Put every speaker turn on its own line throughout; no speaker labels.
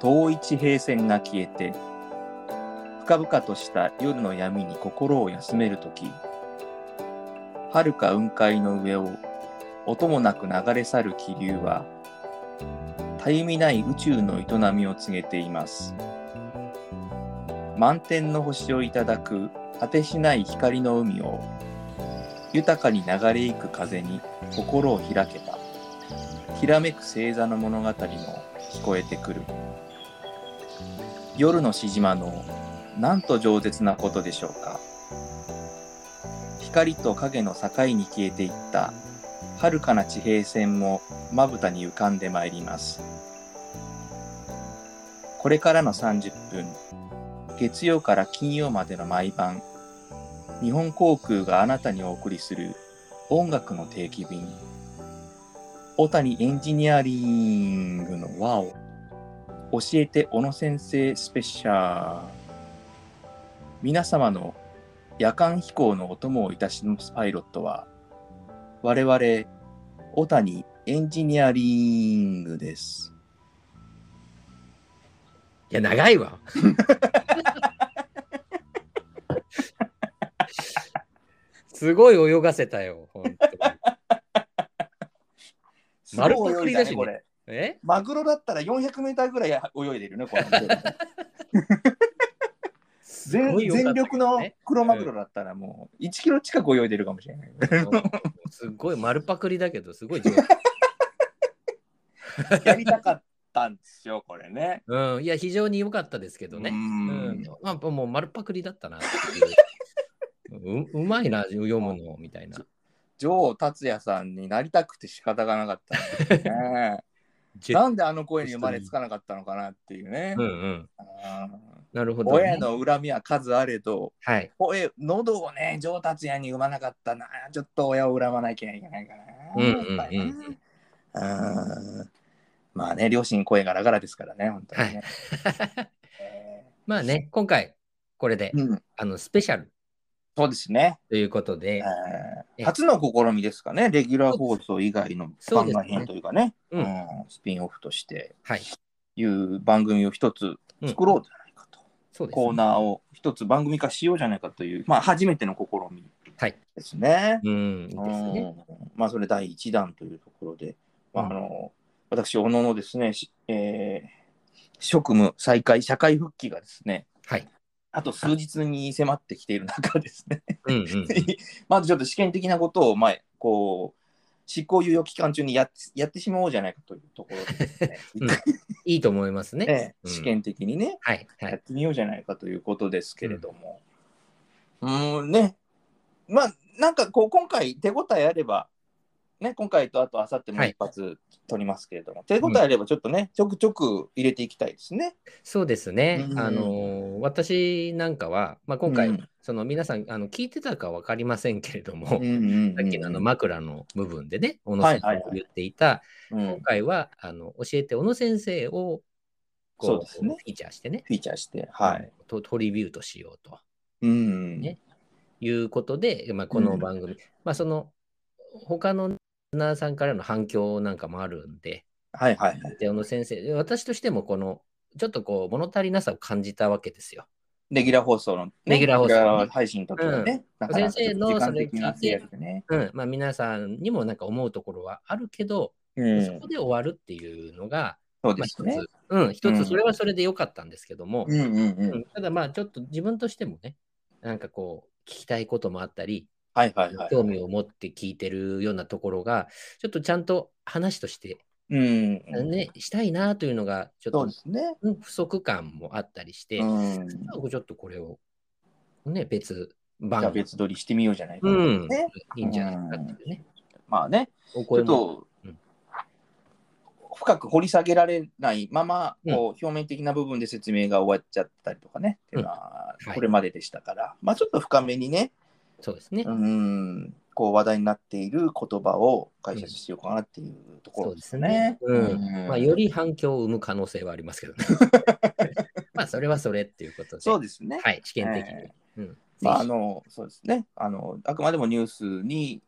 遠い地平線が消えて深々とした夜の闇に心を休めるとき遥か雲海の上を音もなく流れ去る気流はたゆみない宇宙の営みを告げています満天の星をいただく果てしない光の海を豊かに流れ行く風に心を開けばひらめく星座の物語も聞こえてくる夜のしじまのなんと饒舌なことでしょうか光と影の境に消えていった遥かな地平線もまぶたに浮かんでまいりますこれからの30分月曜から金曜までの毎晩日本航空があなたにお送りする音楽の定期便小谷エンジニアリングの和を教えて小野先生スペシャル皆様の夜間飛行のお供をいたしますパイロットは我々小谷エンジニアリングです
いや、長 いわ。すごい泳がせたよ、本当に丸パクリだし
す
ね
ごい泳いねこれ
え
マグロだったら400メーターぐらい泳いでるねこれ
す
全
ごい良かった
全
け
力
ど
の
ね
クロマグロだったらもう1キロ近く泳いでるかもしれない
うんすごい丸パクリだけど、すごい上手。
やりたかったんですよこれね
うん、いや、非常に良かったですけど
う
ね。うんん、まあ、もう丸パクリだったなっていうう。うまいな、読むの、みたいな。
城達也さんになりたくて仕方がなかったんですよ ね
ジェ
なんであの声に生まれつかなかったのかなっていうね
うん、うん。
うん
なるほど、
親の恨みは数あれど
はい。
声喉をね上達也に生まなかったなちょっと親を恨まなきゃいけないかな
うんうんうん
やっぱりねうんまあね両親声がラガラですからね本当にね、え
まあね、今回、これで、
ーうん
あの、スペシャル
そうですね、
ということで、
え
え
ー初の試みですかねレギュラー放送以外の
そう
番
で
外
す
編というかね
う
う
ん
んスピンオフとして
はい。
いう番組を一つ作ろうじゃないかと、
そうです、ね。
コーナーを一つ番組化しようじゃないかという、まあ、初めての試み
はい
ですね。
うん、いいですね。
うんまあ、それ第1弾というところで、まあ
うん
あの私、小野のですね、しえー職務再開、社会復帰がですね、
はい。
あと数日に迫ってきている中ですね、
うんうんうん。、
まずちょっと試験的なことを、まあ、こう、執行猶予期間中にやっやってしまおうじゃないかというところでですね
うんいいと思いますね。
ええ
うん
試験的にね、
はい。は
やっ
い。
てみようじゃないかということですけれども、うーん、ね、まあ、なんかこう、今回、手応えあれば、ね、今回とあと、あさってもう一発取りますけれども、手応えあれば、ちょっとね、ちょくちょく入れていきたいですね。
そうですね。
うん
あのー私なんかは、まあ、今回、
うん
その皆さんあの聞いてたかわかりませんけれども、さっきのあの枕の部分でね、小野先生が言っていた、
うん
今回はあの教えて小野先生をこ
そうですね
フィーチャーしてね、
フィーチャーして、はい。
とトリビュートしようと
うん。
ねいうことで、まあ、この番組、まあ、その他のリスナーさんからの反響なんかもあるんで、
はいはいはい。
で小野先生、で私としてもこのちょっとこう物足りなさを感じたわけですよ。
レギュラー放送の、ね、
レギュラー放送
レギ
のね
ュラー配信の時はね、なかなかちょっと時間的な制約でね。
うんまあ、皆さんにもなんか思うところはあるけど、
うん、
そこで終わるっていうのが、
そう
ま
で
あ、
す
一
ね。
つ、うん、一
うん
つそれはそれで良かったんですけども、
うんうんう
うん
ん。
ただまあちょっと自分としてもね、なんかこう、聞きたいこともあったり、
はいはいはい。
興味を持って聞いてるようなところが、ちょっとちゃんと話として、
うん。
ね、したいなというのが、ちょっ
そう
と
ですね。
うん不足感もあったりして、
うん。
ちょっとこれを、ね、別
じゃあ
番組
別撮りしてみようじゃないか
う
な、
ん
ね、
いいんじゃないかっていうね。
まあね、
お
ちょ
声
っ
も
と
うん
深く掘り下げられないまま、こう表面的な部分で説明が終わっちゃったりとかね、っていうのは
うんはい
これまででしたから、まあちょっと深めにね、
そうですね。
うん、こう話題になっている言葉を解説しようかなっていうところですね。
そうですね
うん
まあ、より反響を生む可能性はありますけ どね。まあ、それはそれっていうことで。
そうですね。
はい、試験的に。
え
うん
まあ、あのそうですねあのあくまでもニュースに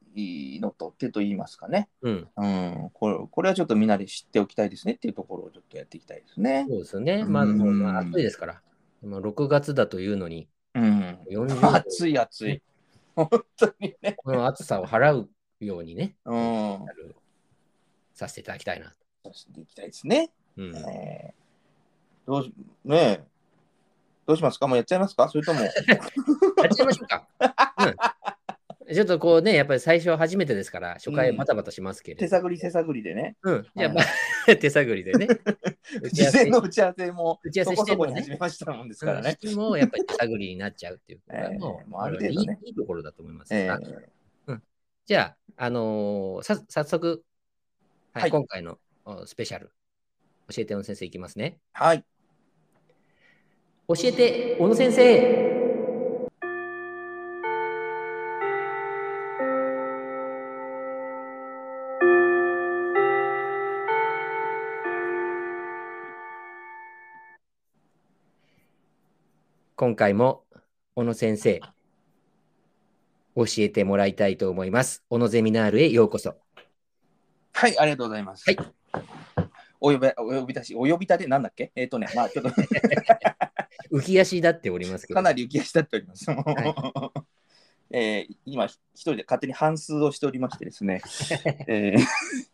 のと手と言いますかね、
うん。
うんこれ、これはちょっとみんなで知っておきたいですねっていうところをちょっとやっていきたいですね。
そうですよね。まあ、
うん
もうまあ暑いですから。まあ、6月だというのに、
うん、
40度
暑い暑い。本当にね。
この暑さを払うようにね、
うん。
やるさせていただきたいな。
そうしていきたいですね。
うん。
えーどうし、ねえどうしますかもうやっちゃいますかそれと も。
やっちゃいましょう か。うん、ちょっとこうね、やっぱり最初初めてですから、初回バタバタしますけれ
手
ど。
探り手探りでね。
うん。じゃ
は
あ、
い
まあ 手探りでね。打ち
事
合わせ
前の打ち合わせも
打ち合
そ
わせし
こ
て
そ
も
こ
ね
に始めましたもんですからね。
うんもうやっぱり手探りになっちゃうっていう。これ は
え
も
え
う、
もうある程度ね
いいいいところだと思います。
え
あ
ー
じゃあ、あのーさ早速、はい
はい
今回のおスペシャル、教えて小野先生いきますね。
はい。
教えて小野先生今回も小野先生教えてもらいたいと思います。小野ゼミナールへようこそ。
はい、ありがとうございます。
はい
お呼び、お呼び出し、お呼び立てなんだっけえっ、とね、まあちょっと
浮き足立っておりますけど。
かなり浮き足立っております。
は
えー今、ひ一人で勝手に半数をしておりましてです ね、えー
え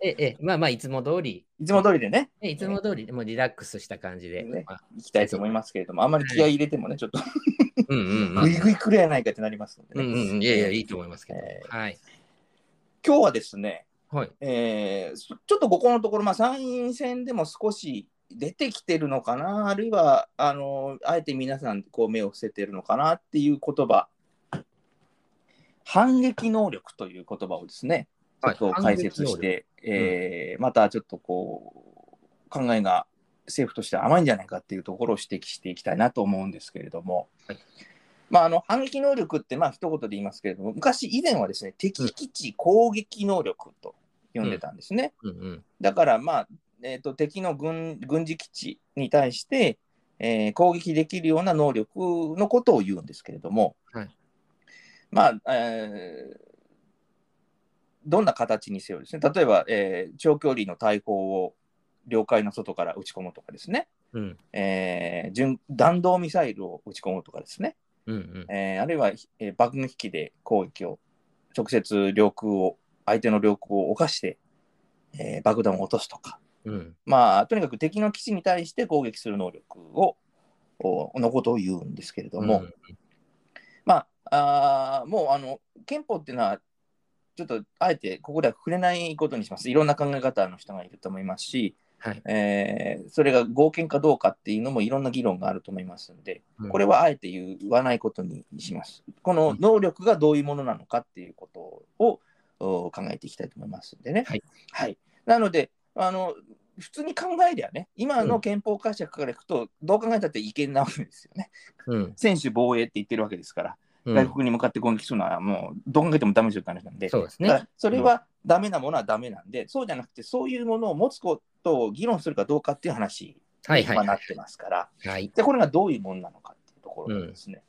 え、ええまあまあ、いつも通り、
いつも通りでね、
ねいつも通り、もうリラックスした感じで。
ね
まあ
行きたいと思いますけれども、あんまり気合い入れてもね、ちょっと
うんうんう
ぐ
ん
いぐいくれやないかってなりますの
う
で
ん
ね、
うん、いやいや、いいと思いますけど。
え
はい。
今日はですね、
はい。
えーそちょっとここのところ、まあ、参院選でも少し出てきてるのかな、あるいはあのあえて皆さんこう目を伏せてるのかなっていう言葉反撃能力という言葉をですね、ちょ
はい
っと解説して、えーまたちょっとこう考えが政府として甘いんじゃないかっていうところを指摘していきたいなと思うんですけれども、
はい
まあ、あの反撃能力ってまあ一言で言いますけれども昔以前はですね敵基地攻撃能力と呼んでたんですね、
うんうん。
だから、まあえー、と敵の軍軍事基地に対して、えー攻撃できるような能力のことを言うんですけれども、
はい
まあ、えーどんな形にせよですね、例えば、えー長距離の大砲を領海の外から撃ち込むとかですね、
うん
えー巡弾道ミサイルを撃ち込むとかですね、
うんうん。
えーあるいは、えー爆撃機で攻撃を直接領空を相手の領空を犯して、えー爆弾を落とすとか、
うん
まあ、とにかく敵の基地に対して攻撃する能力をおのことを言うんですけれども、
うん
まあ、あーもうあの憲法っていうのはちょっとあえてここでは触れないことにしますいろんな考え方の人がいると思いますし、
はい。
えーそれが合憲かどうかっていうのもいろんな議論があると思いますので
うん
これはあえて言わないことにします。この能力がどういうものなのかっていうことをお考えていきたいと思いますんでね。
はい
はいなのであの普通に考えりゃね、今の憲法解釈からいくと、どう考えたって違憲なわけですよね。
うん。
専守防衛って言ってるわけですから、
うん
外国に向かって攻撃するのはもう、どう考えてもダメじゃないなんで、
そうですね
だからそれはダメなものはダメなんで、そうじゃなくて、そういうものを持つことを議論するかどうかっていう話
はい
に
はい
まあな
は
ってますから、
い。はい。
でこれがどういうものなのかっていうところですね。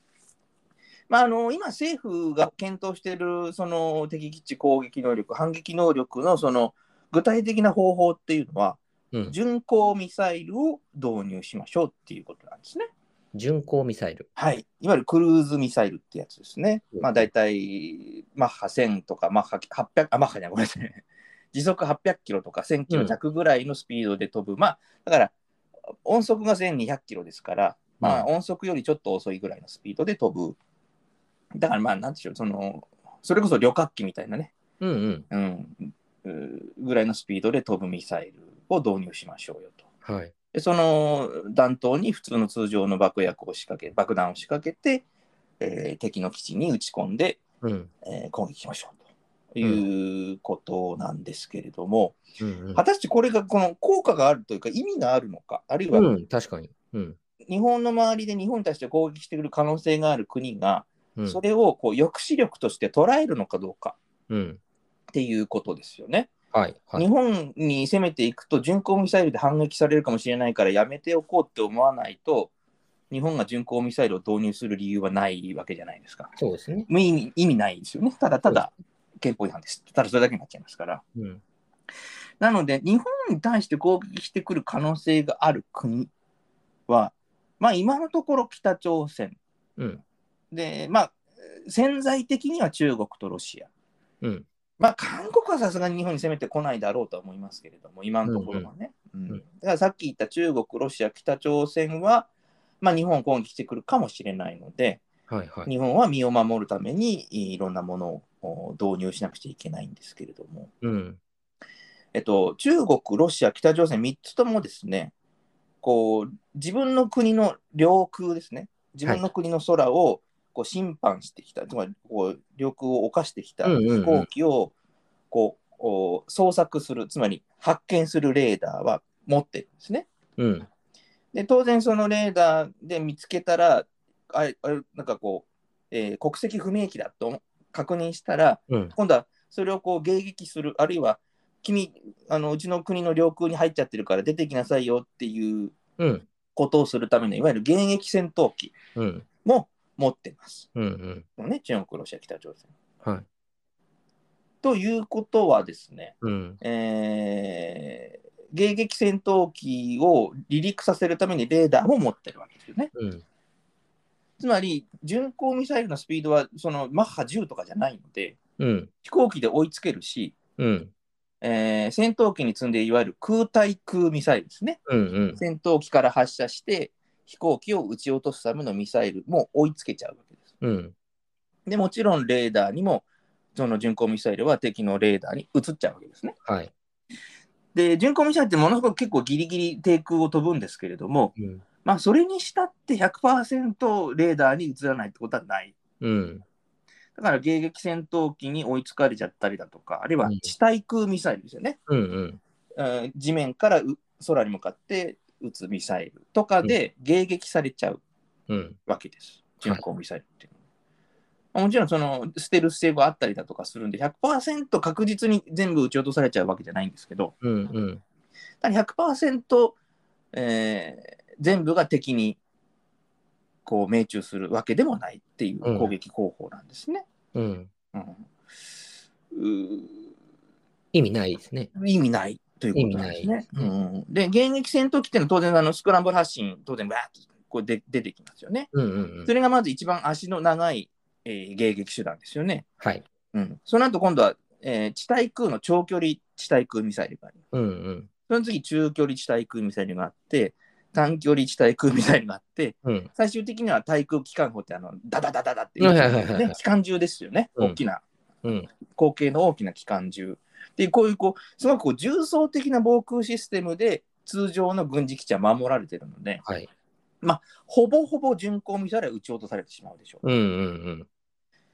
まあ、あの今、政府が検討しているその敵基地攻撃能力、反撃能力のその具体的な方法っていうのは、
うん。
巡航ミサイルを導入しましょうっていうことなんですね。
巡航ミサイル。
はい、いわゆるクルーズミサイルってやつですね。
うん
まあ、大体マッハ1000とかマッハ800、あ、マッハじゃないごめんなさい。 時速800キロとか1000キロ弱ぐらいのスピードで飛ぶ。まあ、だから音速が1200キロですから、まあ、音速よりちょっと遅いぐらいのスピードで飛ぶ。だから、まあ、なんでしょう、その、それこそ旅客機みたいなね、
うんうん。
うん、うーぐらいのスピードで飛ぶミサイルを導入しましょうよと。
はい。
でその弾頭に普通の通常の爆薬を仕掛け爆弾を仕掛けて、えー敵の基地に撃ち込んで、
うん。
えー攻撃しましょうということなんですけれども、
うん
果たしてこれがこの効果があるというか意味があるのかあるいは
うん。うん。確かに。うん。
日本の周りで日本に対して攻撃してくる可能性がある国が
うん
それをこう抑止力として捉えるのかどうか
うん。
っていうことですよね。
はい。は
日
い。
本に攻めていくと巡航ミサイルで反撃されるかもしれないからやめておこうって思わないと日本が巡航ミサイルを導入する理由はないわけじゃないですか。
そうですね。
無意味意味ないですよね。ただただ憲法違反です。ただそれだけになっちゃいますから。
うん。
なので、日本に対して攻撃してくる可能性がある国は、まあ今のところ北朝鮮。
うん。
で、まあ潜在的には中国とロシア。
うん。
まあ韓国はさすがに日本に攻めてこないだろうとは思いますけれども、今のところはね。うん
う
だ
ん
からさっき言った中国、ロシア、北朝鮮は、まあ日本を攻撃してくるかもしれないので、
はいはい。
日本は身を守るためにいろんなものをお導入しなくちゃいけないんですけれども。
うん。
えっと、中国、ロシア、北朝鮮、3つともですね、こう自分の国の領空ですね、自分の国の空をこう侵犯してきた、つまりこう領空を侵してきた
うんうんうん
飛行機をこう、お捜索する、つまり発見するレーダーは持ってるんですね。
うん。
で当然、そのレーダーで見つけたら、あれ、あれなんかこう、えー国籍不明機だと確認したら、
うん。
今度はそれをこう迎撃する、あるいは君あの、うちの国の領空に入っちゃってるから出てきなさいよっていう
うん。
ことをするための、いわゆる迎撃戦闘機
うん。
も持ってます。
うん。うん。
ね、中国、ロシア、北朝鮮。
はい。
ということはですね、
うん。
えー迎撃戦闘機を離陸させるためにレーダーも持ってるわけですよね。
うん。
つまり、巡航ミサイルのスピードはそのマッハ10とかじゃないので、
うん。
飛行機で追いつけるし、
うん。
えー戦闘機に積んでいわゆる空対空ミサイルですね。
うん。うん。
戦闘機から発射して飛行機を撃ち落とすためのミサイルも追いつけちゃうわけです。
うん。
でもちろんレーダーにもその巡航ミサイルは敵のレーダーに移っちゃうわけですね。
はい。
で巡航ミサイルってものすごく結構ギリギリ低空を飛ぶんですけれども、
うん。
まあ、それにしたって100%レーダーに移らないってことはない。
うん。
だから迎撃戦闘機に追いつかれちゃったりだとか、あるいは
うん
地対空ミサイルですよね。
うん。うん。
うん地面からう空に向かって撃つミサイルとかで迎撃されちゃう。
うん。
わけです。巡航ミサイルっていうのはまあもちろんその捨てる性があったりだとかするんで100%確実に全部撃ち落とされちゃうわけじゃないんですけど
うん。うん。
ただ100%、えー全部が敵にこう命中するわけでもないっていう攻撃方法なんですね。
うん。
うんう
意味ないですね。
ー意味ないということなんですね。
意味ない
うんで現役戦闘機っていうのは当然あのスクランブル発進当然わーっとこうで出てきますよね。
うん。うん。う
そ
ん。
れがまず一番足の長い、えー迎撃手段ですよね。
はい。
うん、その後今度は、えー地対空の長距離地対空ミサイルがあります。
うん。うん。
その次、中距離地対空ミサイルがあって、短距離地対空ミサイルがあって、
うん。
最終的には対空機関砲ってあの、ダダダダダって
はいはいはいはい
ね、機関銃ですよね。
うん
大きな、
うん。
口径の大きな機関銃。で、こういうこう、すごくこう重層的な防空システムで、通常の軍事基地は守られてるので、
はい。
ほぼほぼ巡航ミサイルは撃ち落とされてしまうでしょう。
うん。うん。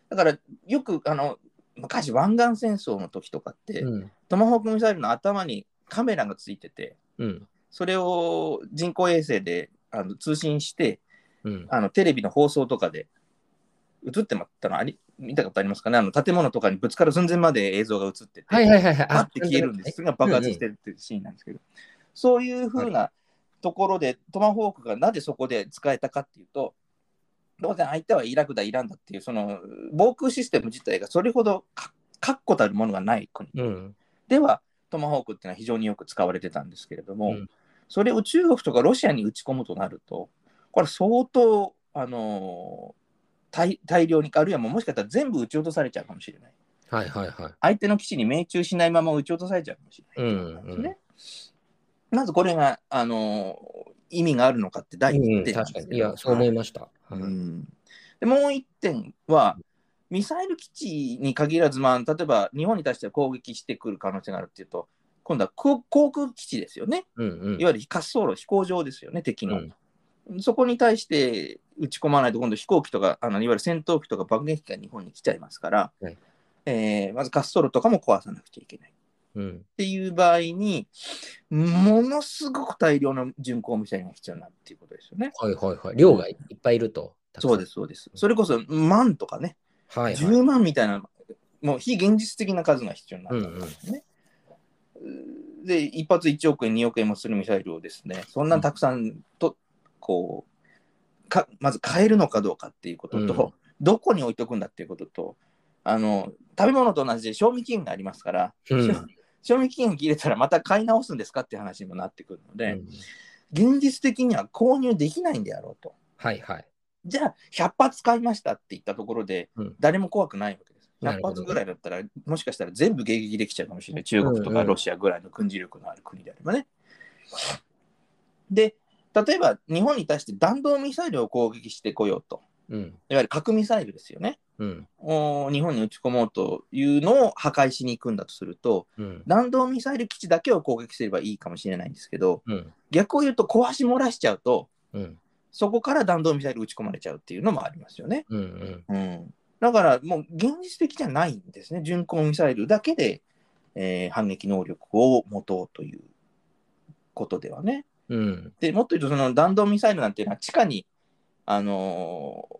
だからよくあの昔湾岸戦争の時とかって、
うん。うん。
トマホークミサイルの頭にカメラがついてて
うん。
それを人工衛星であの通信して
うん。
あのテレビの放送とかで映ってまったのあり見たことありますかねあの建物とかにぶつかる寸前まで映像が映ってて、
はいはいはいはい。
バッて消えるんですが爆発してるっていうシーンなんですけど、そういうふうなところでトマホークがなぜそこで使えたかっていうと当然相手はイラクだイランだっていうその防空システム自体がそれほどか確固たるものがない国
うん。
ではトマホークっていうのは非常によく使われてたんですけれども、
うん
それを中国とかロシアに打ち込むとなるとこれ相当あの大大量にあるいはもうもしかしたら全部撃ち落とされちゃうかもしれない。
はいはいはい。
相手の基地に命中しないまま撃ち落とされちゃうかもしれないってことなんですね。なぜこれが、あのー意味があるのかって第
う
一
ん、
点なん
確
ですけ
か
ど、
に。いや、そう思いました。
う
うん
んでもう一点は、ミサイル基地に限らず、まあ、例えば日本に対して攻撃してくる可能性があるっていうと、今度は空航空基地ですよね。
うん
いわゆる滑走路、飛行場ですよね、敵
う
の。
ん。
そこに対して撃ち込まないと、今度飛行機とか、あのいわゆる戦闘機とか爆撃機が日本に来ちゃいますから、
はい
えーまず滑走路とかも壊さなくちゃいけない。
うん。
っていう場合に、ものすごく大量の巡航ミサイルが必要になるっていうことですよね。
はいはいはい。量がいっぱいいると。。
そうですす、そうです。それこそ万とかね、
はいはい。
10万みたいな、もう非現実的な数が必要になるんですね。で、一発1億円、2億円もするミサイルをですね、そんなたくさんと、こう、かまず買えるのかどうかっていうことと、どこに置いとくんだっていうことと、あの、食べ物と同じで賞味期限がありますから、
うん
賞賞味期限切れたらまた買い直すんですかって話にもなってくるので、現実的には購入できないんであろうと。
はいはい。
じゃあ、100発買いましたって言ったところで
うん、
誰も怖くないわけです。
なる
100
ほど
発ぐらいだったら、もしかしたら全部迎撃できちゃうかもしれない。中国と
うんう
か
ん
ロシアぐらいの軍事力のある国であればね。で、例えば日本に対して弾道ミサイルを攻撃してこようと。
うん。
いわゆる核ミサイルですよね。
うん。
お日本に撃ち込もうというのを破壊しに行くんだとすると、
うん。
弾道ミサイル基地だけを攻撃すればいいかもしれないんですけど、
うん。
逆を言うと壊し漏らしちゃうと、
うん。
そこから弾道ミサイル撃ち込まれちゃうっていうのもありますよね。
うん。うん。
うん、だからもう現実的じゃないんですね。巡航ミサイルだけで、えー反撃能力を持とうということではね。
うん。
でもっと言うとその弾道ミサイルなんていうのは地下に、あのー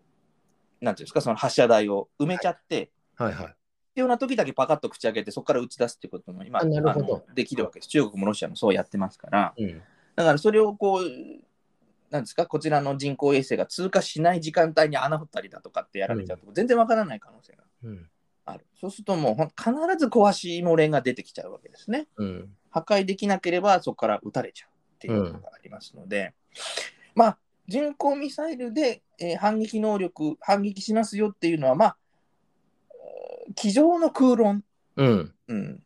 なんていうんですかその発射台を埋めちゃって、
はいはい。
必要な時だけパカッと口開けてそこから打ち出すってことも今
あなるほど
あのできるわけです。中国もロシアもそうやってますから。
うん。
だからそれをこう、なんですか、こちらの人工衛星が通過しない時間帯に穴掘ったりだとかってやられちゃうと、全然わからない可能性が
うん。
ある。そうするともうほん必ず壊し漏れが出てきちゃうわけですね。
うん。
破壊できなければそこから撃たれちゃうっていうことがありますので、まあ、人工ミサイルで、えー反撃能力、反撃しますよっていうのは、まあ、えー机上の空論
うん。
うん、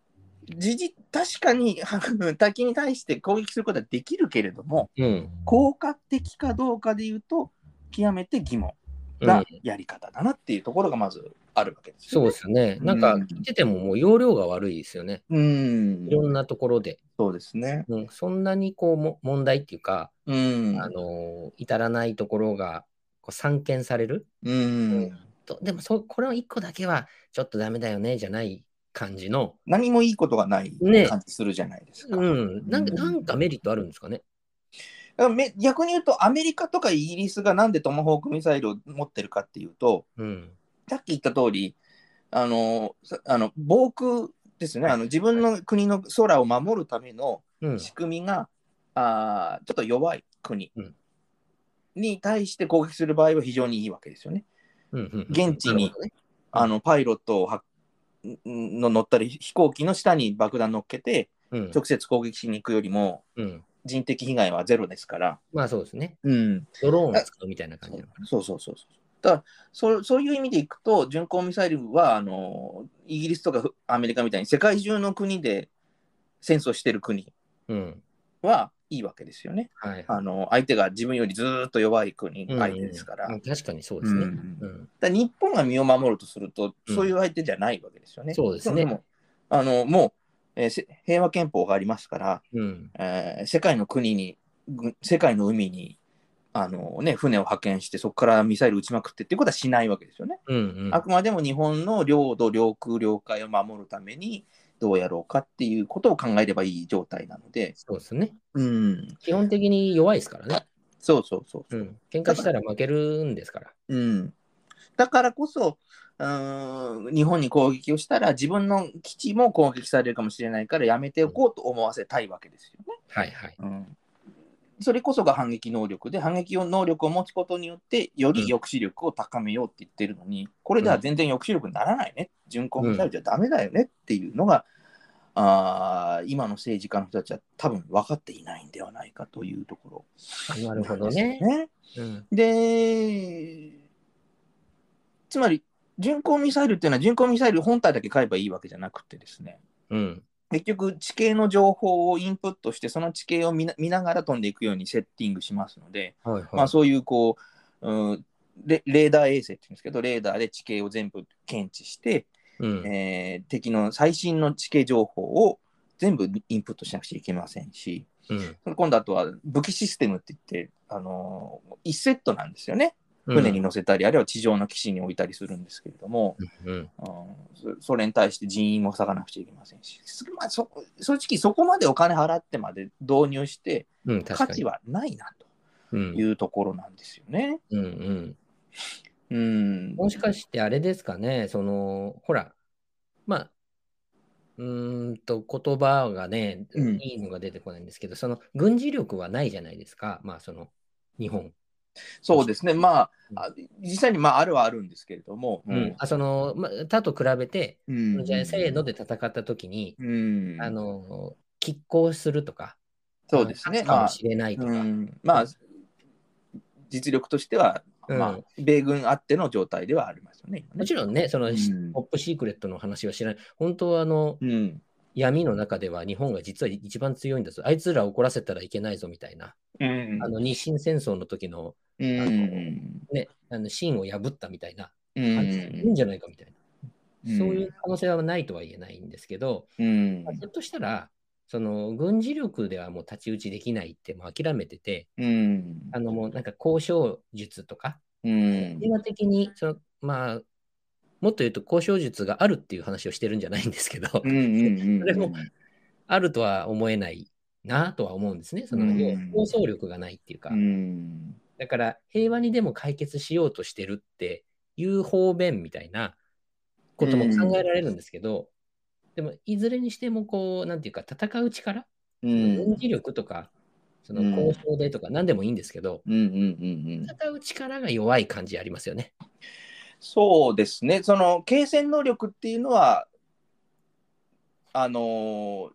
時事確かに は敵に対して攻撃することはできるけれども
うん。
効果的かどうかでいうと極めて疑問
う。
なんやり方だなっていうところがまずあるわけです
そう
よね。
ですよね。
うん
なんか、聞いててももう容量が悪いですよね。
うん
い、ろんなところで。
そうですね。
うん。そんなにこうも問題っていうか、
うん
あ、のー至らないところがこう散見される。
うん、
とでもそ、これを一個だけはちょっとダメだよね、じゃない感じの。
何もいいことがない
ね
感じするじゃないですか。
うん。なんか
うん
なんかメリットあるんですかね。
だからめ逆に言うとアメリカとかイギリスがなんでトマホークミサイルを持ってるかっていうと
うん。
さっき言った通り、あの、さあの防空ですね、あの自分の国の空を守るための
うん。
仕組みが、あーちょっと弱い国
うん
に対して攻撃する場合は非常にいいわけですよね。
うんうん
現地に
なるほどね
あのパイロットをはんの乗ったり飛行機の下に爆弾乗っけて
うん
直接攻撃しに行くよりも
うん。
人的被害はゼロですから。
まあそうですね。
うん、
ドローンを使うみたいな感じなのかな。
そうそうそうそう。だからそうそういう意味でいくと、巡航ミサイルはあのイギリスとかフアメリカみたいに世界中の国で戦争してる国
うん。
はいいわけですよね。
はい。
あの相手が自分よりずーっと弱い国、
うん
相手ですから。
うん確かにそうで
う
す
ん
ね。
だ
う
か
ん。
ら日本が身を守るとすると、
うん
そういう相手じゃないわけですよね。
そうですね
もあのもう、えーせ平和憲法がありますから、
うん。
えー世界の国に、ぐ世界の海に、あのね、船を派遣して、そこからミサイル撃ちまくってっていうことはしないわけですよね。
うんうん
あくまでも日本の領土、領空、領海を守るために、どうやろうかっていうことを考えればいい状態なので、
そうですね。
うん、
基本的に弱いですからね。
そうそうそう
う
そう、
ん。喧嘩したら負けるんですから。
うん。だからこそ、うーん日本に攻撃をしたら、自分の基地も攻撃されるかもしれないから、やめておこうと思わせたいわけですよね。
はいはい。
うんそれこそが反撃能力で、反撃能力を持つことによって、より抑止力を高めようって言ってるのに、これでは全然抑止力にならないね、巡航ミサイルじゃダメだよねっていうのが、あー今の政治家の人たちは多分分かっていないんではないかというとこ
あな
ろ
るほど
なんです
ね
よ。ね
うん。
で、つまり、巡航ミサイルっていうのは、巡航ミサイル本体だけ買えばいいわけじゃなくてですね、
うん。
結局、地形の情報をインプットして、その地形を見な見ながら飛んでいくようにセッティングしますので、
はいはい。
まあ、そういうこう、うんレ、レーダー衛星っていうんですけど、レーダーで地形を全部検知して、
うん。
えー敵の最新の地形情報を全部インプットしなくちゃいけませんし、
うん。
今度あとは武器システムって言って、あの1セットなんですよね。船に乗せたり、あるいは地上の基地に置いたりするんですけれども、
うん。う
う
ん。
んそそれに対して人員も割かなくちゃいけませんし、すまあ、そ正直そこまでお金払ってまで導入して
うん。確
価
か
値
に。
はないな
う
と
ん。
いうところなんですよね。
うんうん。
うん。
もしかしてあれですかね、その、ほら、まあ、うーんと、言葉がね、
うん
いいのが出てこないんですけど、その、軍事力はないじゃないですか、まあ、その、日本。
そうですね、ま
うん
あ、あ実際にまああるはあるんですけれども、
うんあその、ま、他と比べて、
うん
じゃあせーので戦った時に、
うん、
あの、拮抗するとか、
そうですね、
勝つか
ま
も
あ
しれないとか、
うん、まあ、実力としては、
うん
まあ、米軍あっての状態ではありますよね、今ね
もちろんね、その、
うん
トップシークレットの話は知らない。本当はあの、
うん
闇の中では日本が実は一番強いんだぞ。あいつら怒らせたらいけないぞみたいな。
うん
あの日清戦争の時の
うん
ね、あの芯を破ったみたいな、
う
あいつらいいん
ん
じゃないかみたいな。そういう可能性はないとは言えないんですけど、
うん
まあひょっとしたら、その軍事力ではもう太刀打ちできないってもう諦めてて、
うん
あのもうなんか交渉術とか、
うん
映画的にその、まあ、もっと言うと交渉術があるっていう話をしてるんじゃないんですけど、
うんうんうん
それもあるとは思えないなとは思うんですね。その、
うん
要は構想力がないっていうか、
うん
だから平和にでも解決しようとしてるっていう方便みたいなことも考えられるんですけど、でもいずれにしてもこう、なんていうか、戦う力、
うんう
その
ん
軍事力とか、その交渉でとか何でもいいんですけど、
うんうん
戦う力が弱い感じありますよね。
そうですね、その継戦能力っていうのは、あのー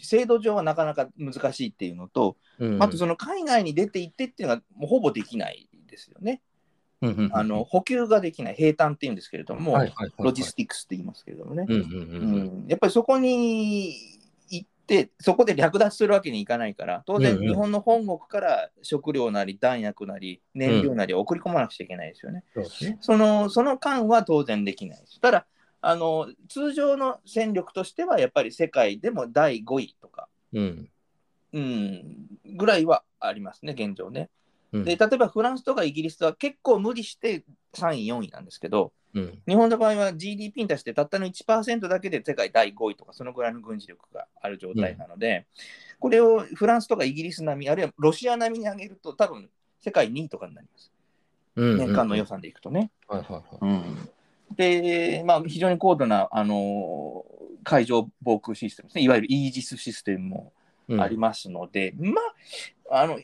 制度上はなかなか難しいっていうのと、
うん、
あとその海外に出て行ってっていうのは、もうほぼできないですよね。
うんうんうん
あの補給ができない、平坦っていうんですけれども、
はいはいはいはい
ロジスティクスって言いますけれどもね、
うんうんうんうん
うんやっぱりそこに行って、そこで略奪するわけにいかないから、当然、
うんうん
日本の本国から食料なり弾薬なり燃料なりを送り込まなくちゃいけないですよね。
そうですね。
そのその間は当然できないです。ただあの通常の戦力としてはやっぱり世界でも第5位とか、
うん。
うん、ぐらいはありますね、現状ね。
うん
で、例えばフランスとかイギリスは結構無理して3位、4位なんですけど、
うん。
日本の場合は GDP に対してたったの1%だけで世界第5位とか、そのぐらいの軍事力がある状態なので、これをフランスとかイギリス並み、あるいはロシア並みに上げると、多分世界2位とかになります。
うん
年間の予
さ。
算でいくとね。
はいはいはい。
で、まあ、非常に高度な、あのー海上防空システムですね、いわゆるイージスシステムも
うん
ありますので、まあ、あの、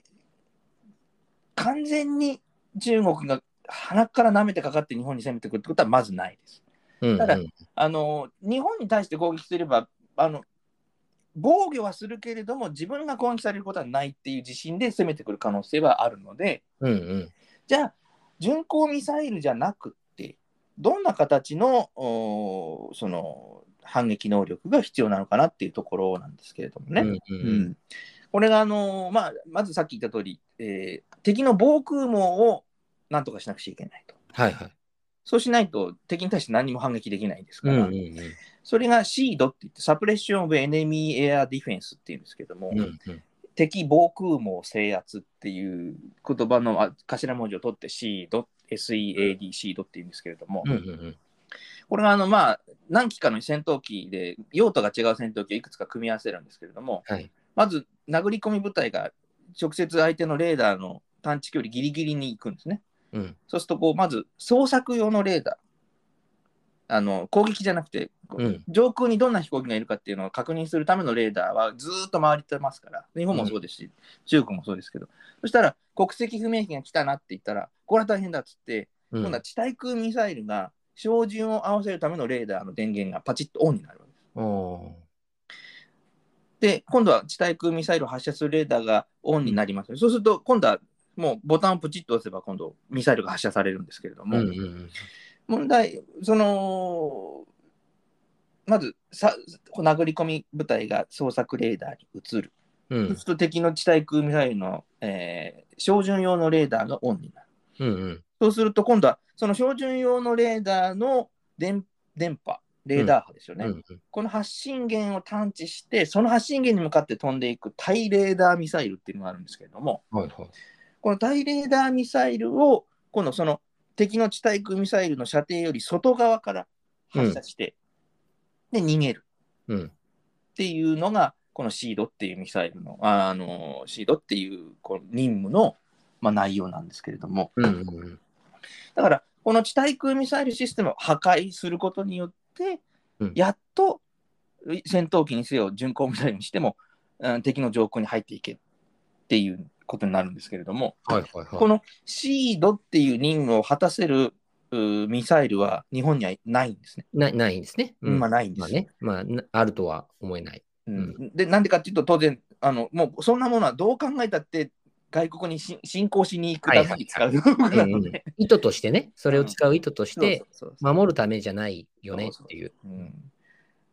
完全に中国が鼻から舐めてかかって日本に攻めてくるってことはまずないです。
うん
ただ
うん
あの、日本に対して攻撃すれば、あの、防御はするけれども、自分が攻撃されることはないっていう自信で攻めてくる可能性はあるので、
うんうん。
じゃあ、巡航ミサイルじゃなくって、どんな形のおーその反撃能力が必要なのかなっていうところなんですけれどもね。
うんう
うんんこれが、あのーまあ、まずさっき言った通り、えー敵の防空網をなんとかしなくちゃいけないと。
はいはい。
そうしないと敵に対して何も反撃できないです
う
か
ん
ら、
うんうん
それがシードって言って、サプレッション・オブ・エネミー・エア・ディフェンスっていうんですけども、
うんうん。
敵防空網制圧っていう言葉のあ頭文字を取ってシード、SEAD、シードって言うんですけれども、
うんうん
これがあの、まあ、何機かの戦闘機で用途が違う戦闘機をいくつか組み合わせるんですけれども、
はい
まず殴り込み部隊が直接相手のレーダーの探知距離ギリギリに行くんですね。
うん
そうするとこうまず捜索用のレーダーあの攻撃じゃなくて、こう
うん
上空にどんな飛行機がいるかっていうのを確認するためのレーダーはずーっと回ってますから日本もそうですし、中国もそうですけどそしたら国籍不明機が来たなって言ったらこれは大変だっつって、
うん。
今度は地対空ミサイルが照準を合わせるためのレーダーの電源がパチッとオンになるわけです。
おー
で、今度は地対空ミサイルを発射するレーダーがオンになりますよね、そうすると、今度はもうボタンをプチッと押せば、今度、ミサイルが発射されるんですけれど
う
も、
んうんうん
問題、その、まずさ、殴り込み部隊が捜索レーダーに移る。
う
そうんすると敵の地対空ミサイルの、えー照準用のレーダーがオンになる。
うんうん
そうすると、今度は、その照準用のレーダーの電電波、レーダー波ですよね。
うんうん
この発信源を探知して、その発信源に向かって飛んでいく対レーダーミサイルっていうのがあるんですけれども、
はいはい。
この対レーダーミサイルを、今度その敵の地対空ミサイルの射程より外側から発射して、で、逃げる
うん
っていうのが、このシードっていうミサイルの、ああの、シードっていうこの任務の、まあ、内容なんですけれども、
うんうんうん
だから、この地対空ミサイルシステムを破壊することによって
うん、
やっと戦闘機にせよ、巡航ミサイルにしても、うん敵の上空に入っていけるっていうことになるんですけれども、
はいはいはい。
このシードっていう任務を果たせるうーミサイルは日本にはないんですね。
なないんですね。うん
まあないんです
ま
よ
あね。まあ、なあるとは思えない。
うんでなんでかっていうと当然あのもうそんなものはどう考えたって外国にし侵攻しに行くために使う道具
うん
なの
うん
で。
意図としてね、それを使う意図として、
そうそうそう
守るためじゃないよねっていう。
うん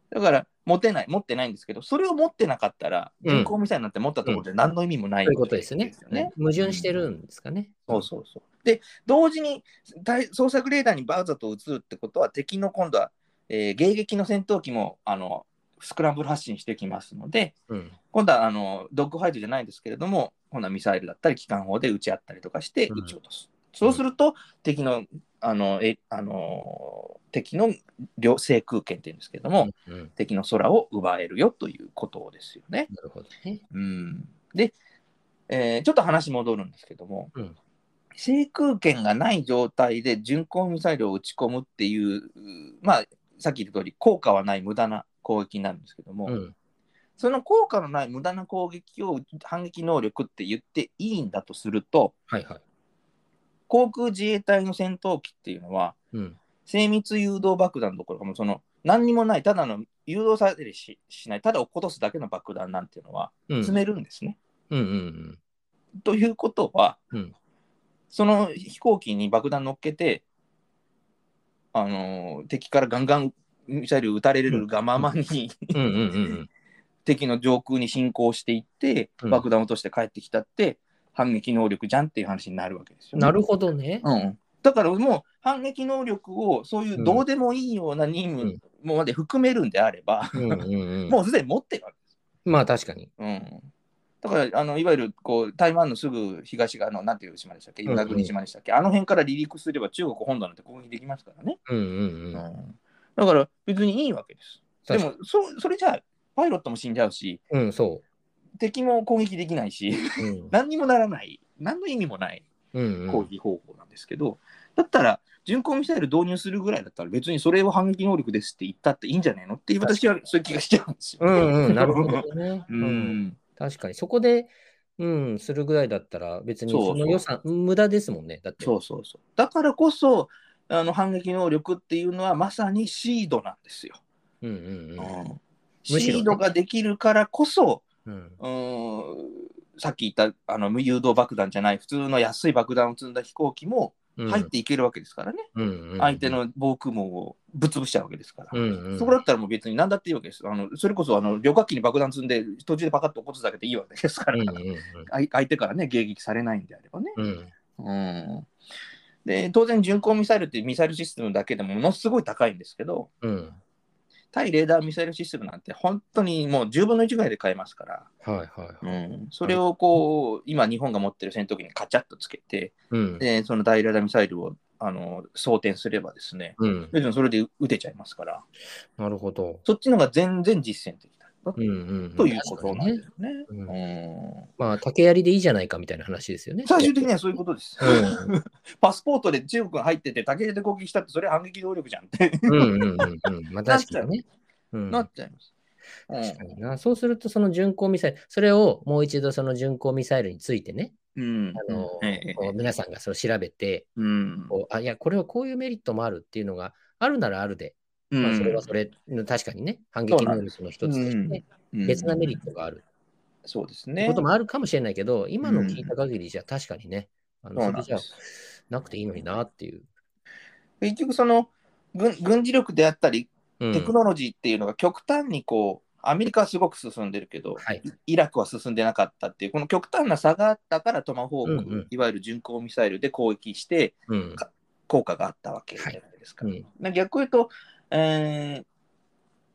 だから持てない持ってないんですけどそれを持ってなかったら
うん
人工ミサイルなんて持ったところで何の意味もない
そういうことですね。
よね。
矛盾してるんですかね。
そうそうそう。で、同時に大捜索レーダーにバーザと移るってことは、敵の今度は、えー迎撃の戦闘機もあのスクランブル発進してきますので、
うん。
今度はあのドッグファイトじゃないですけれども、今度はミサイルだったり、機関砲で撃ち合ったりとかして
うん
撃ち落とす。そうすると、敵のあのえあの敵の領制空権っていうんですけれども、
うんうん
敵の空を奪えるよということですよね。
なるほどね。
うんで、えーちょっと話戻るんですけども、
うん
制空権がない状態で巡航ミサイルを撃ち込むっていううー、まあ、さっき言った通り、効果はない無駄な攻撃になるんですけども、
うん。
その効果のない無駄な攻撃を反撃能力って言っていいんだとすると、
はいはい。
航空自衛隊の戦闘機っていうのは、
うん。
精密誘導爆弾どころかもうその何にもないただの誘導されたりししないただ落っことすだけの爆弾なんていうのは
うん。
積めるんですね。
うんうん
ということは、
うん
その飛行機に爆弾乗っけて、あのー敵からガンガンミサイル撃たれるがままに、
うん。うんうんうんうん。
敵の上空に進攻していって、
うん
爆弾落として帰ってきたって、反撃能力じゃんっていう話になるわけですよ、
なるほどね。
うんうんだからもう反撃能力をそういうどうでもいいような任務まで含めるんであれば、
うんうんうん。
もうすでに持ってるわけですよ
まあ確かに。
うんだからあのいわゆるこう台湾のすぐ東側のなんていう島でしたっけ
うんうん
与那国島でしたっけ、あの辺から離陸すれば中国本土なんて攻撃できますからね、
うんうんうん。
んだから別にいいわけですで
確か
もそそれじゃあパイロットも死んじゃうし
にうん、そ
敵も攻撃できないし
う。うん
何にもならない何の意味もない
うんう
攻
ん。
撃方法なんですけど、だったら巡航ミサイル導入するぐらいだったら別にそれを反撃能力ですって言ったっていいんじゃないのっていう私はそういう気がしちゃうんですよ。
うんうん、なる ほどね。
う
うんん、確かに、そこで、うん、するぐらいだったら、別に
そうそ
そうの予算、無駄ですもんね。だって、
そうそうそう。だからこそ、あの反撃能力っていうのはまさにシードなんですよ。
うんうん
シ
むしろね
ードができるからこそ、
うん。うん
うーんさっき言ったあの誘導爆弾じゃない普通の安い爆弾を積んだ飛行機も
うん
入っていけるわけですからね、
うんうん
相手の防空網をぶっ潰しちゃうわけですから、
うんうん
そこだったらもう別に何だっていいわけですあのそれこそあの旅客機に爆弾積んで途中でパカッと落っことすだけでいいわけですから、
うんうん
相相手からね迎撃されないんであればね、
うんうん
うんで当然巡航ミサイルっていうミサイルシステムだけでもものすごい高いんですけど
うん
対レーダーミサイルシステムなんて本当にもう10分の1ぐらいで買えますから、
はいはいはい。
それをこう今日本が持ってる戦闘機にカチャッとつけて
うん。
でその対レーダーミサイルをあの装填すればですね
うん、
別にそれで撃てちゃいますから
なるほど。
そっちの方が全然実践的だった
うんうんうん、
ということなんです
確か
よね。
にね。うん
うん
まあ、竹槍でいいじゃないかみたいな話ですよね。
最終的にはそういうことです。
うん
パスポートで中国が入ってて、竹で攻撃したって、それ反撃能力じゃんって
うんうんうんうん。まあ、確かにね。うん
なっちゃいます。
確かにな。そうすると、その巡航ミサイル、それをもう一度その巡航ミサイルについてね、
うん
あの
ええ
こう皆さんがそれを調べて、
うん
こうあ、いや、これはこういうメリットもあるっていうのがあるならあるで、
うん
まあ、それはそれ、確かにね、反撃能力の
そ
一つと
うな
し
んで
て、
うん
別なメリットがある
そうです
って
ね。
こともあるかもしれないけど、今の聞いた限りじゃ確かにね、あの
そ
そう
なん
れ
で
じゃ
す
なくていいのになっていう。
結局、その軍軍事力であったり、
うん
テクノロジーっていうのが極端にこう、アメリカはすごく進んでるけど、
はい。
イラクは進んでなかったっていう、この極端な差があったから、トマホーク、
うんうん
いわゆる巡航ミサイルで攻撃して、
うん。
効果があったわけじゃないですか。
うん。
な逆に言うと、えー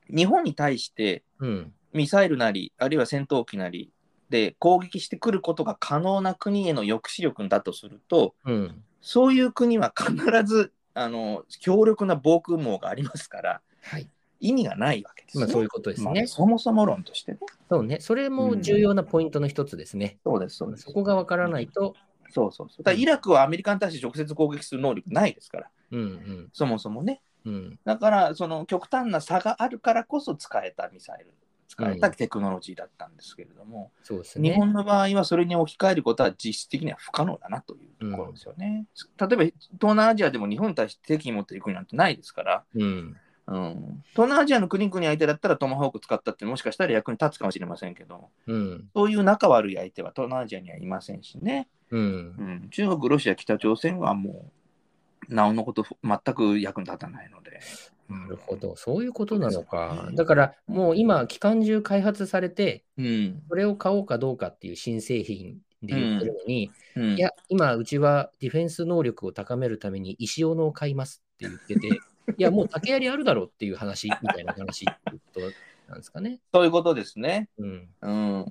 日本に対して、
うん。
ミサイルなり、あるいは戦闘機なりで攻撃してくることが可能な国への抑止力だとすると、
うん。
そういう国は必ずあの強力な防空網がありますから、
はい。
意味がないわけです
ま
ね。
あ、そういうことです
まあ
ね。
そもそも論としてね。
そうね。それも重要なポイントの一つですね。
そうです、そうです。
そこがわからないと、
そうそうそう。だからイラクはアメリカに対して直接攻撃する能力ないですから、
うん
そもそもね。
うん。うん。
だから、その極端な差があるからこそ使えたミサイル、使えたテクノロジーだったんですけれども、
そうです
日
ね。
本の場合はそれに置き換えることは実質的には不可能だなというところですよね。例えば東南アジアでも日本に対して敵意持っている国なんてないですから、
うん。
うん、東南アジアの国々相手だったらトマホーク使ったってもしかしたら役に立つかもしれませんけど、
うん。
そういう仲悪い相手は東南アジアにはいませんしね。
うん
う。ん、中国、ロシア、北朝鮮はもう、なおのこと全く役に立たないので。
なるほど。そういうことなのか
う。ん
だから、もう今、期間中開発されて、
うん。
それを買おうかどうかっていう新製品で言ってるのに、
うん
いや、今、うちはディフェンス能力を高めるために石斧を買いますって 言ってて、いや、もう竹槍あるだろうっていう話みたいな話ってことなんですかね。
そういうことですね。
うん。
うん。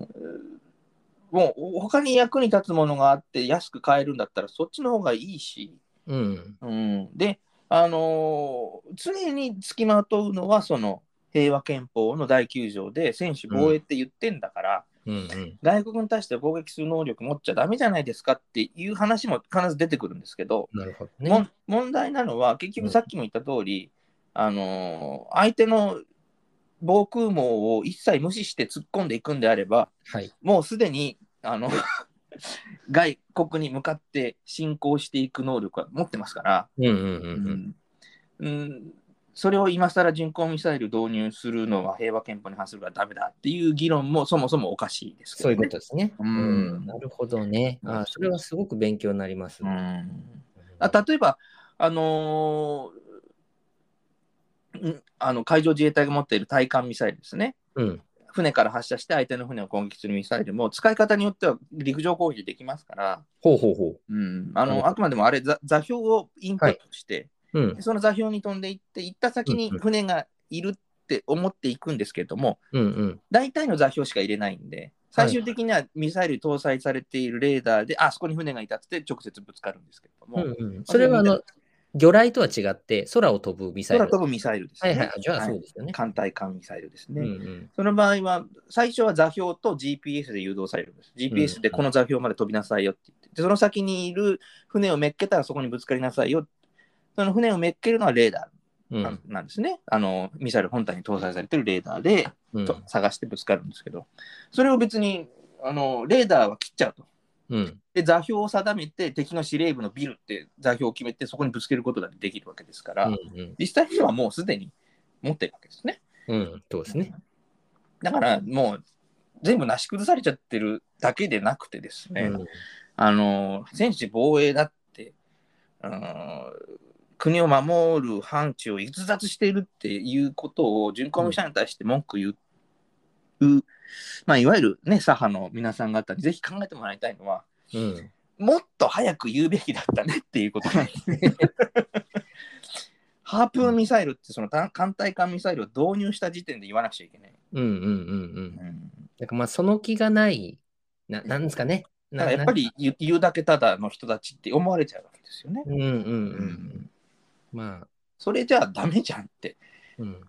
もう、他に役に立つものがあって安く買えるんだったら、そっちの方がいいし。
うん。
うん、で、あのー常に付きまとうのは、その、平和憲法の第9条で、専守防衛って言ってんだから、
うん。うん。
外国に対して攻撃する能力持っちゃダメじゃないですかっていう話も必ず出てくるんですけど、
なるほど
も
ね
ん。問題なのは結局さっきも言った通り、あのー相手の防空網を一切無視して突っ込んでいくんであれば
はい。
もうすでにあの 外国に向かって侵攻していく能力は持ってますから、
うんうんう
うん
うん。
んそれを今更巡航ミサイル導入するのは平和憲法に反するからダメだっていう議論もそもそもおかしいですけ
そ
ど
うい
ね、
うことですね。
う
うんん。なるほどね。あーそれはすごく勉強になります。
うんあ例えば、あのーんあの海上自衛隊が持っている対艦ミサイルですね、
うん。
船から発射して相手の船を攻撃するミサイルも、使い方によっては陸上攻撃できますから、
ほうほうほ
うん、あ
なるほ
の
ど
あくまでもあれ、座座標をインプットして、
う。うん。
その座標に飛んでいって、行った先に
うんうん
船がいるって思っていくんですけれども、
うんうん。
大体の座標しか入れないんで、最終的にはミサイル搭載されているレーダーで、あそこに船がいたっつって直接ぶつかるんですけれども。
うんうん、それはあの魚雷とは違って空を飛ぶミサイル。
空飛ぶミサイルです
は
ね。
いはい。あじゃあそうですよね。
艦隊艦ミサイルですね。
うんうん
その場合は、最初は座標と GPS で誘導されるんです。GPS でこの座標まで飛びなさいよって言って、でその先にいる船をめっけたらそこにぶつかりなさいよ。その船をめっけるのはレーダ
う
ー
ん
なんなんですね。あのミサイル本体に搭載されてるレーダーで、
うん
と探してぶつかるんですけど、それを別にあのレーダーは切っちゃうと。
うん
で座標を定めて敵の司令部のビルって座標を決めてそこにぶつけることだってできるわけですから、
うん
実際にはもうすでに持ってるわけですね。
うんうんそうですね。
だからもう全部なし崩されちゃってるだけでなくてですね、
うん
あの戦士防衛だって、うん国を守る範疇を逸脱しているっていうことを巡航ミサイルに対して文句言う、まあ、いわゆる、ね、左派の皆さん方にぜひ考えてもらいたいのは
うん
もっと早く言うべきだったねっていうことなん ですね。ハープーンミサイルってその艦艦隊艦ミサイルを導入した時点で言わなくちゃいけない。
うんうんうんう
う
ん。
ん
なんかまあその気がない、ななんですかね。
だ
な
からやっぱり言う言うだけただの人たちって思われちゃうわけですよね。
なうんうんう。
うん
まあ、
それじゃあダメじゃんって。
うん
うん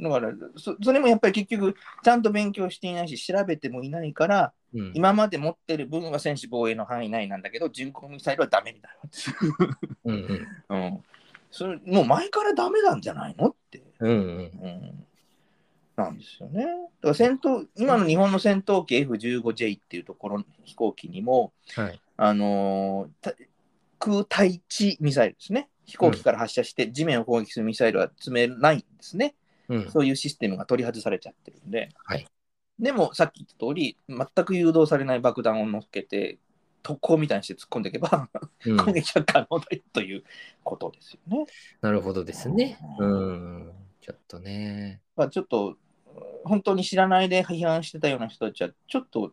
だからそそれもやっぱり結局ちゃんと勉強していないし調べてもいないから
うん。
今まで持ってる分は戦士防衛の範囲内なんだけど巡航ミサイルはダメになるわけです、
うんうん
うん、それもう前からダメなんじゃないのって、
うんうん
うん、なんですよね。だから戦闘今の日本の戦闘機 F15J っていうところ飛行機にも、
はい。
あのーた空対地ミサイルですね。飛行機から発射して地面を攻撃するミサイルは積めないんですね。
うん
そういうシステムが取り外されちゃってるんで。
はい
でもさっき言った通り、全く誘導されない爆弾を乗っけて、特攻みたいにして突っ込んでいけば、
うん
攻撃は可能だよということですよね。
なるほどですね。うん。ちょっとね。
まあ、ちょっと、本当に知らないで批判してたような人たちは、ちょっと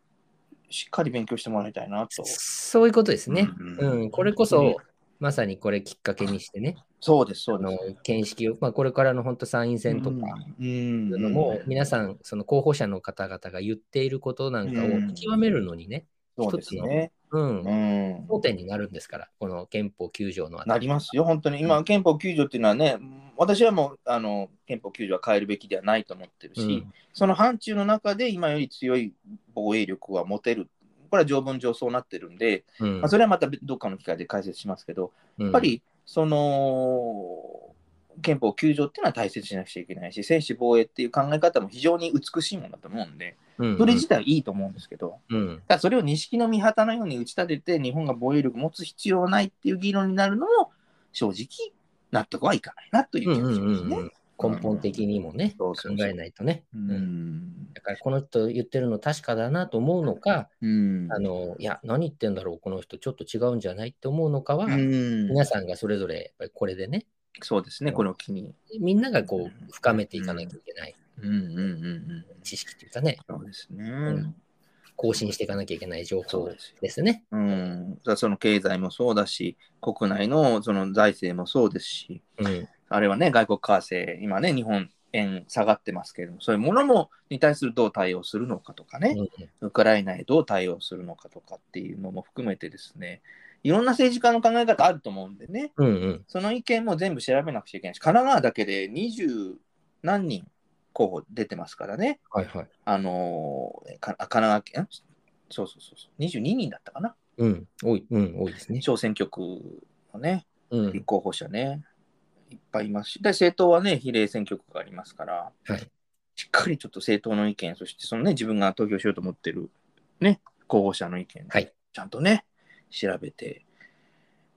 しっかり勉強してもらいたいなと。
そういうことですね。
うん
うん、これこそ、まさにこれきっかけにしてね、
そうです、そ
あ
うで
の
す。
見識を、まあ、これからの本当参院選とか、
うん
いうのも皆さん、その候補者の方々が言っていることなんかを
うん
見極めるのにね、
そうですね。
うん、
うん。
焦点になるんですから、この憲法9条のあた
なりますよ、本当に。今、憲法9条っていうのはね、私はもうあの憲法9条は変えるべきではないと思ってるし、
うん
その範疇の中で今より強い防衛力は持てる。これは条文上そうなってるんで、
うん
まあ、それはまたどっかの機会で解説しますけど、
や
やっぱ、り、その、憲法9条っていうのは大切にしなくちゃいけないし、専守防衛っていう考え方も非常に美しいものだと思うんで、
うん
それ自体いいと思うんですけど、
うん。
ただそれを錦の御旗のように打ち立てて、日本が防衛力持つ必要はないっていう議論になるのも、正直、納得はいかないなという
うん
気
う
がし
ん
ます
う
ね
ん。うん。根本的にもね、
そ
考
うそうそう
えないとね。
う
うん
ん。
だからこの人言ってるの確かだなと思うのか、
うん。
あのいや、何言ってんだろう、この人、ちょっと違うんじゃないって思うのかは、
うん
皆さんがそれぞれやっぱりこれでね、
そうですね、これを機に。
みんながこう深めていかなきゃいけない
うんうんうんうん。
知識というかね、
そうですね。
ん更新していかなきゃいけない情
そう
報
ですよ。
ですね。
うん、だからその経済もそうだし、国内のその財政もそうですし、
うん、
あれはね、外国為替、今ね、日本円下がってますけれども、そういうものもに対するどう対応するのかとかね、ウクライナへどう対応するのかとかっていうのも含めてですね、いろんな政治家の考え方あると思うんでね、
うん、うん、
その意見も全部調べなくちゃいけないし、神奈川だけで20何人候補出てますからね、
はいはい。
あのーか神奈川県、んそうそうそうそう、22人だったかな。
うん、多い、うん、多いですね。
小選挙区のね、
う
立
ん、
候補者ね、いっぱいいますし、で政党はね、比例選挙区がありますから、
はい。
しっかりちょっと政党の意見、そしてそのね、自分が投票しようと思ってる、ね、候補者の意見、
はい
ちゃんとね、調べて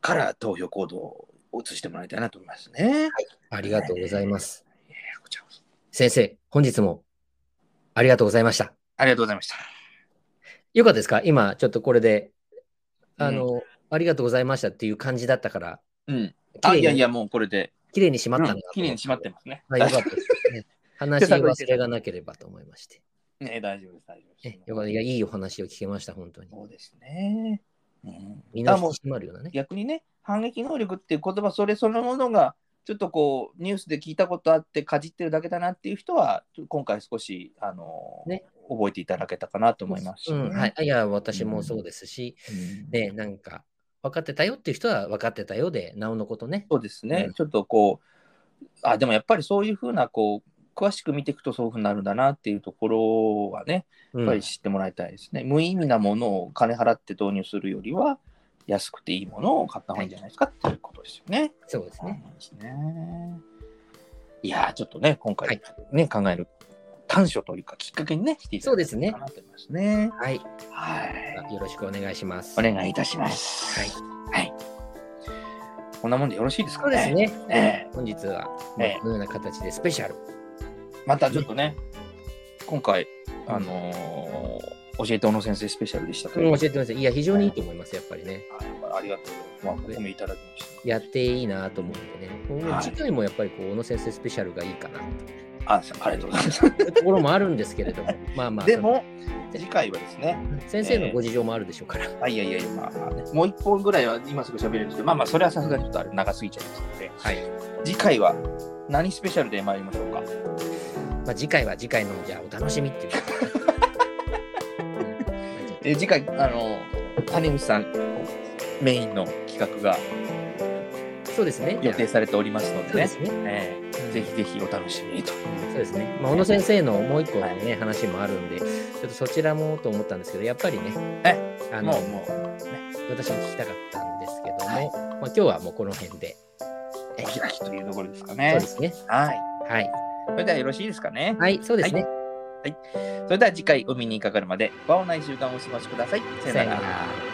から投票行動を移してもらいたいなと思いますね。
ありがとうございます。
いやこちらこそ
先生、本日もありがとうございました。
ありがとうございました。
よかったですか今、ちょっとこれで、あの、
う
ありがとうございましたっていう感じだったから、
うん、
綺麗
あ
に
いやいや、もうこれで、
綺麗に閉まったんだなと思って
きれいに閉まってますね。
はい、よかったですね。 話し忘れがなければと思いまして。
ね大丈夫です、大丈夫 です
え。よかったいやいいお話を聞けました、本当に。
そうですね。うん、
身
あ
の
もう
引き締まるようなね。
逆にね、反撃能力っていう言葉それそのものが、ちょっとこう、ニュースで聞いたことあって、かじってるだけだなっていう人は、ちょ今回少し、あのー
ね
覚えていただけたかなと思いますし、
うん、はい。あいや、私もそうですし、
うん
ね、なんか、分かってたよっていう人は分かってたよで、なおのことね。
そうですね、
うん
ちょっとこう、あ、でもやっぱりそういうふうな、こう、詳しく見ていくとそういうふうになるんだなっていうところはね、
う
や
ん
っぱり知ってもらいたいですね。無意味なものを金払って導入するよりは、安くていいものを買った方がいいんじゃないですかっていうことですよね。
そうです
そう
ね。
なんですね。いやー、ちょっとね、今
は
回
い
ね、考える短所というか、きっかけにね、していただけたらなと思いますね。
はい。
はい。
よろしくお願いします。
お願いいたします。
はい。
はい。こんなもんでよろしいです
そ
か
うです
ね。
ね。
え
本日は、ま
ええ
あこのような形でスペシャル。
またちょっとね、今回、あのー教えて小野先生スペシャルでしたけど、
うん教えてください。いや、非常にいいと思います、やっぱりね。
はいありがとう。まあ、お褒めいただきまし
やっていいなと思うんでね。こ
は
う
い
次回もやっぱりこう、小野先生スペシャルがいいかなってい
た。あ、ありがとうございます。
うところもあるんですけれ ども、まあまあ、
でも、次回はですね、
先生のご事情もあるでしょうから。
あいやいやいや、まあまあね、もう一本ぐらいは今すぐ喋れるんですけど、まあまあ、それはさすがにちょっとあれ長すぎちゃいますので、
はい。
次回は何スペシャルで参りましょうか。
まあ、次回は次回のじゃあお楽しみっていう ことで。うんまあちょっ
えー次回、あの、谷口さんメインの企画が
とそうですね。
予定されておりますの
そう
で
で
ね、
すね。
えーぜひぜひお楽しみにと。
そうですね。まあ、小野先生のもう一個のね、話もあるんで、ちょっとそちらもと思ったんですけど、やっぱりね、あの
もう、もう、
私も聞きたかったんですけども、まあ、今日はもうこの辺で。え
お開きというところですか
そう
ね
で。すね。
はい。
はい。
それではよろしいですかね。
はい、そうですね。
それでは次回、海にかかるまで、和をない習慣をお過ごしください。さよ
さ
な
よな
ら。
ら。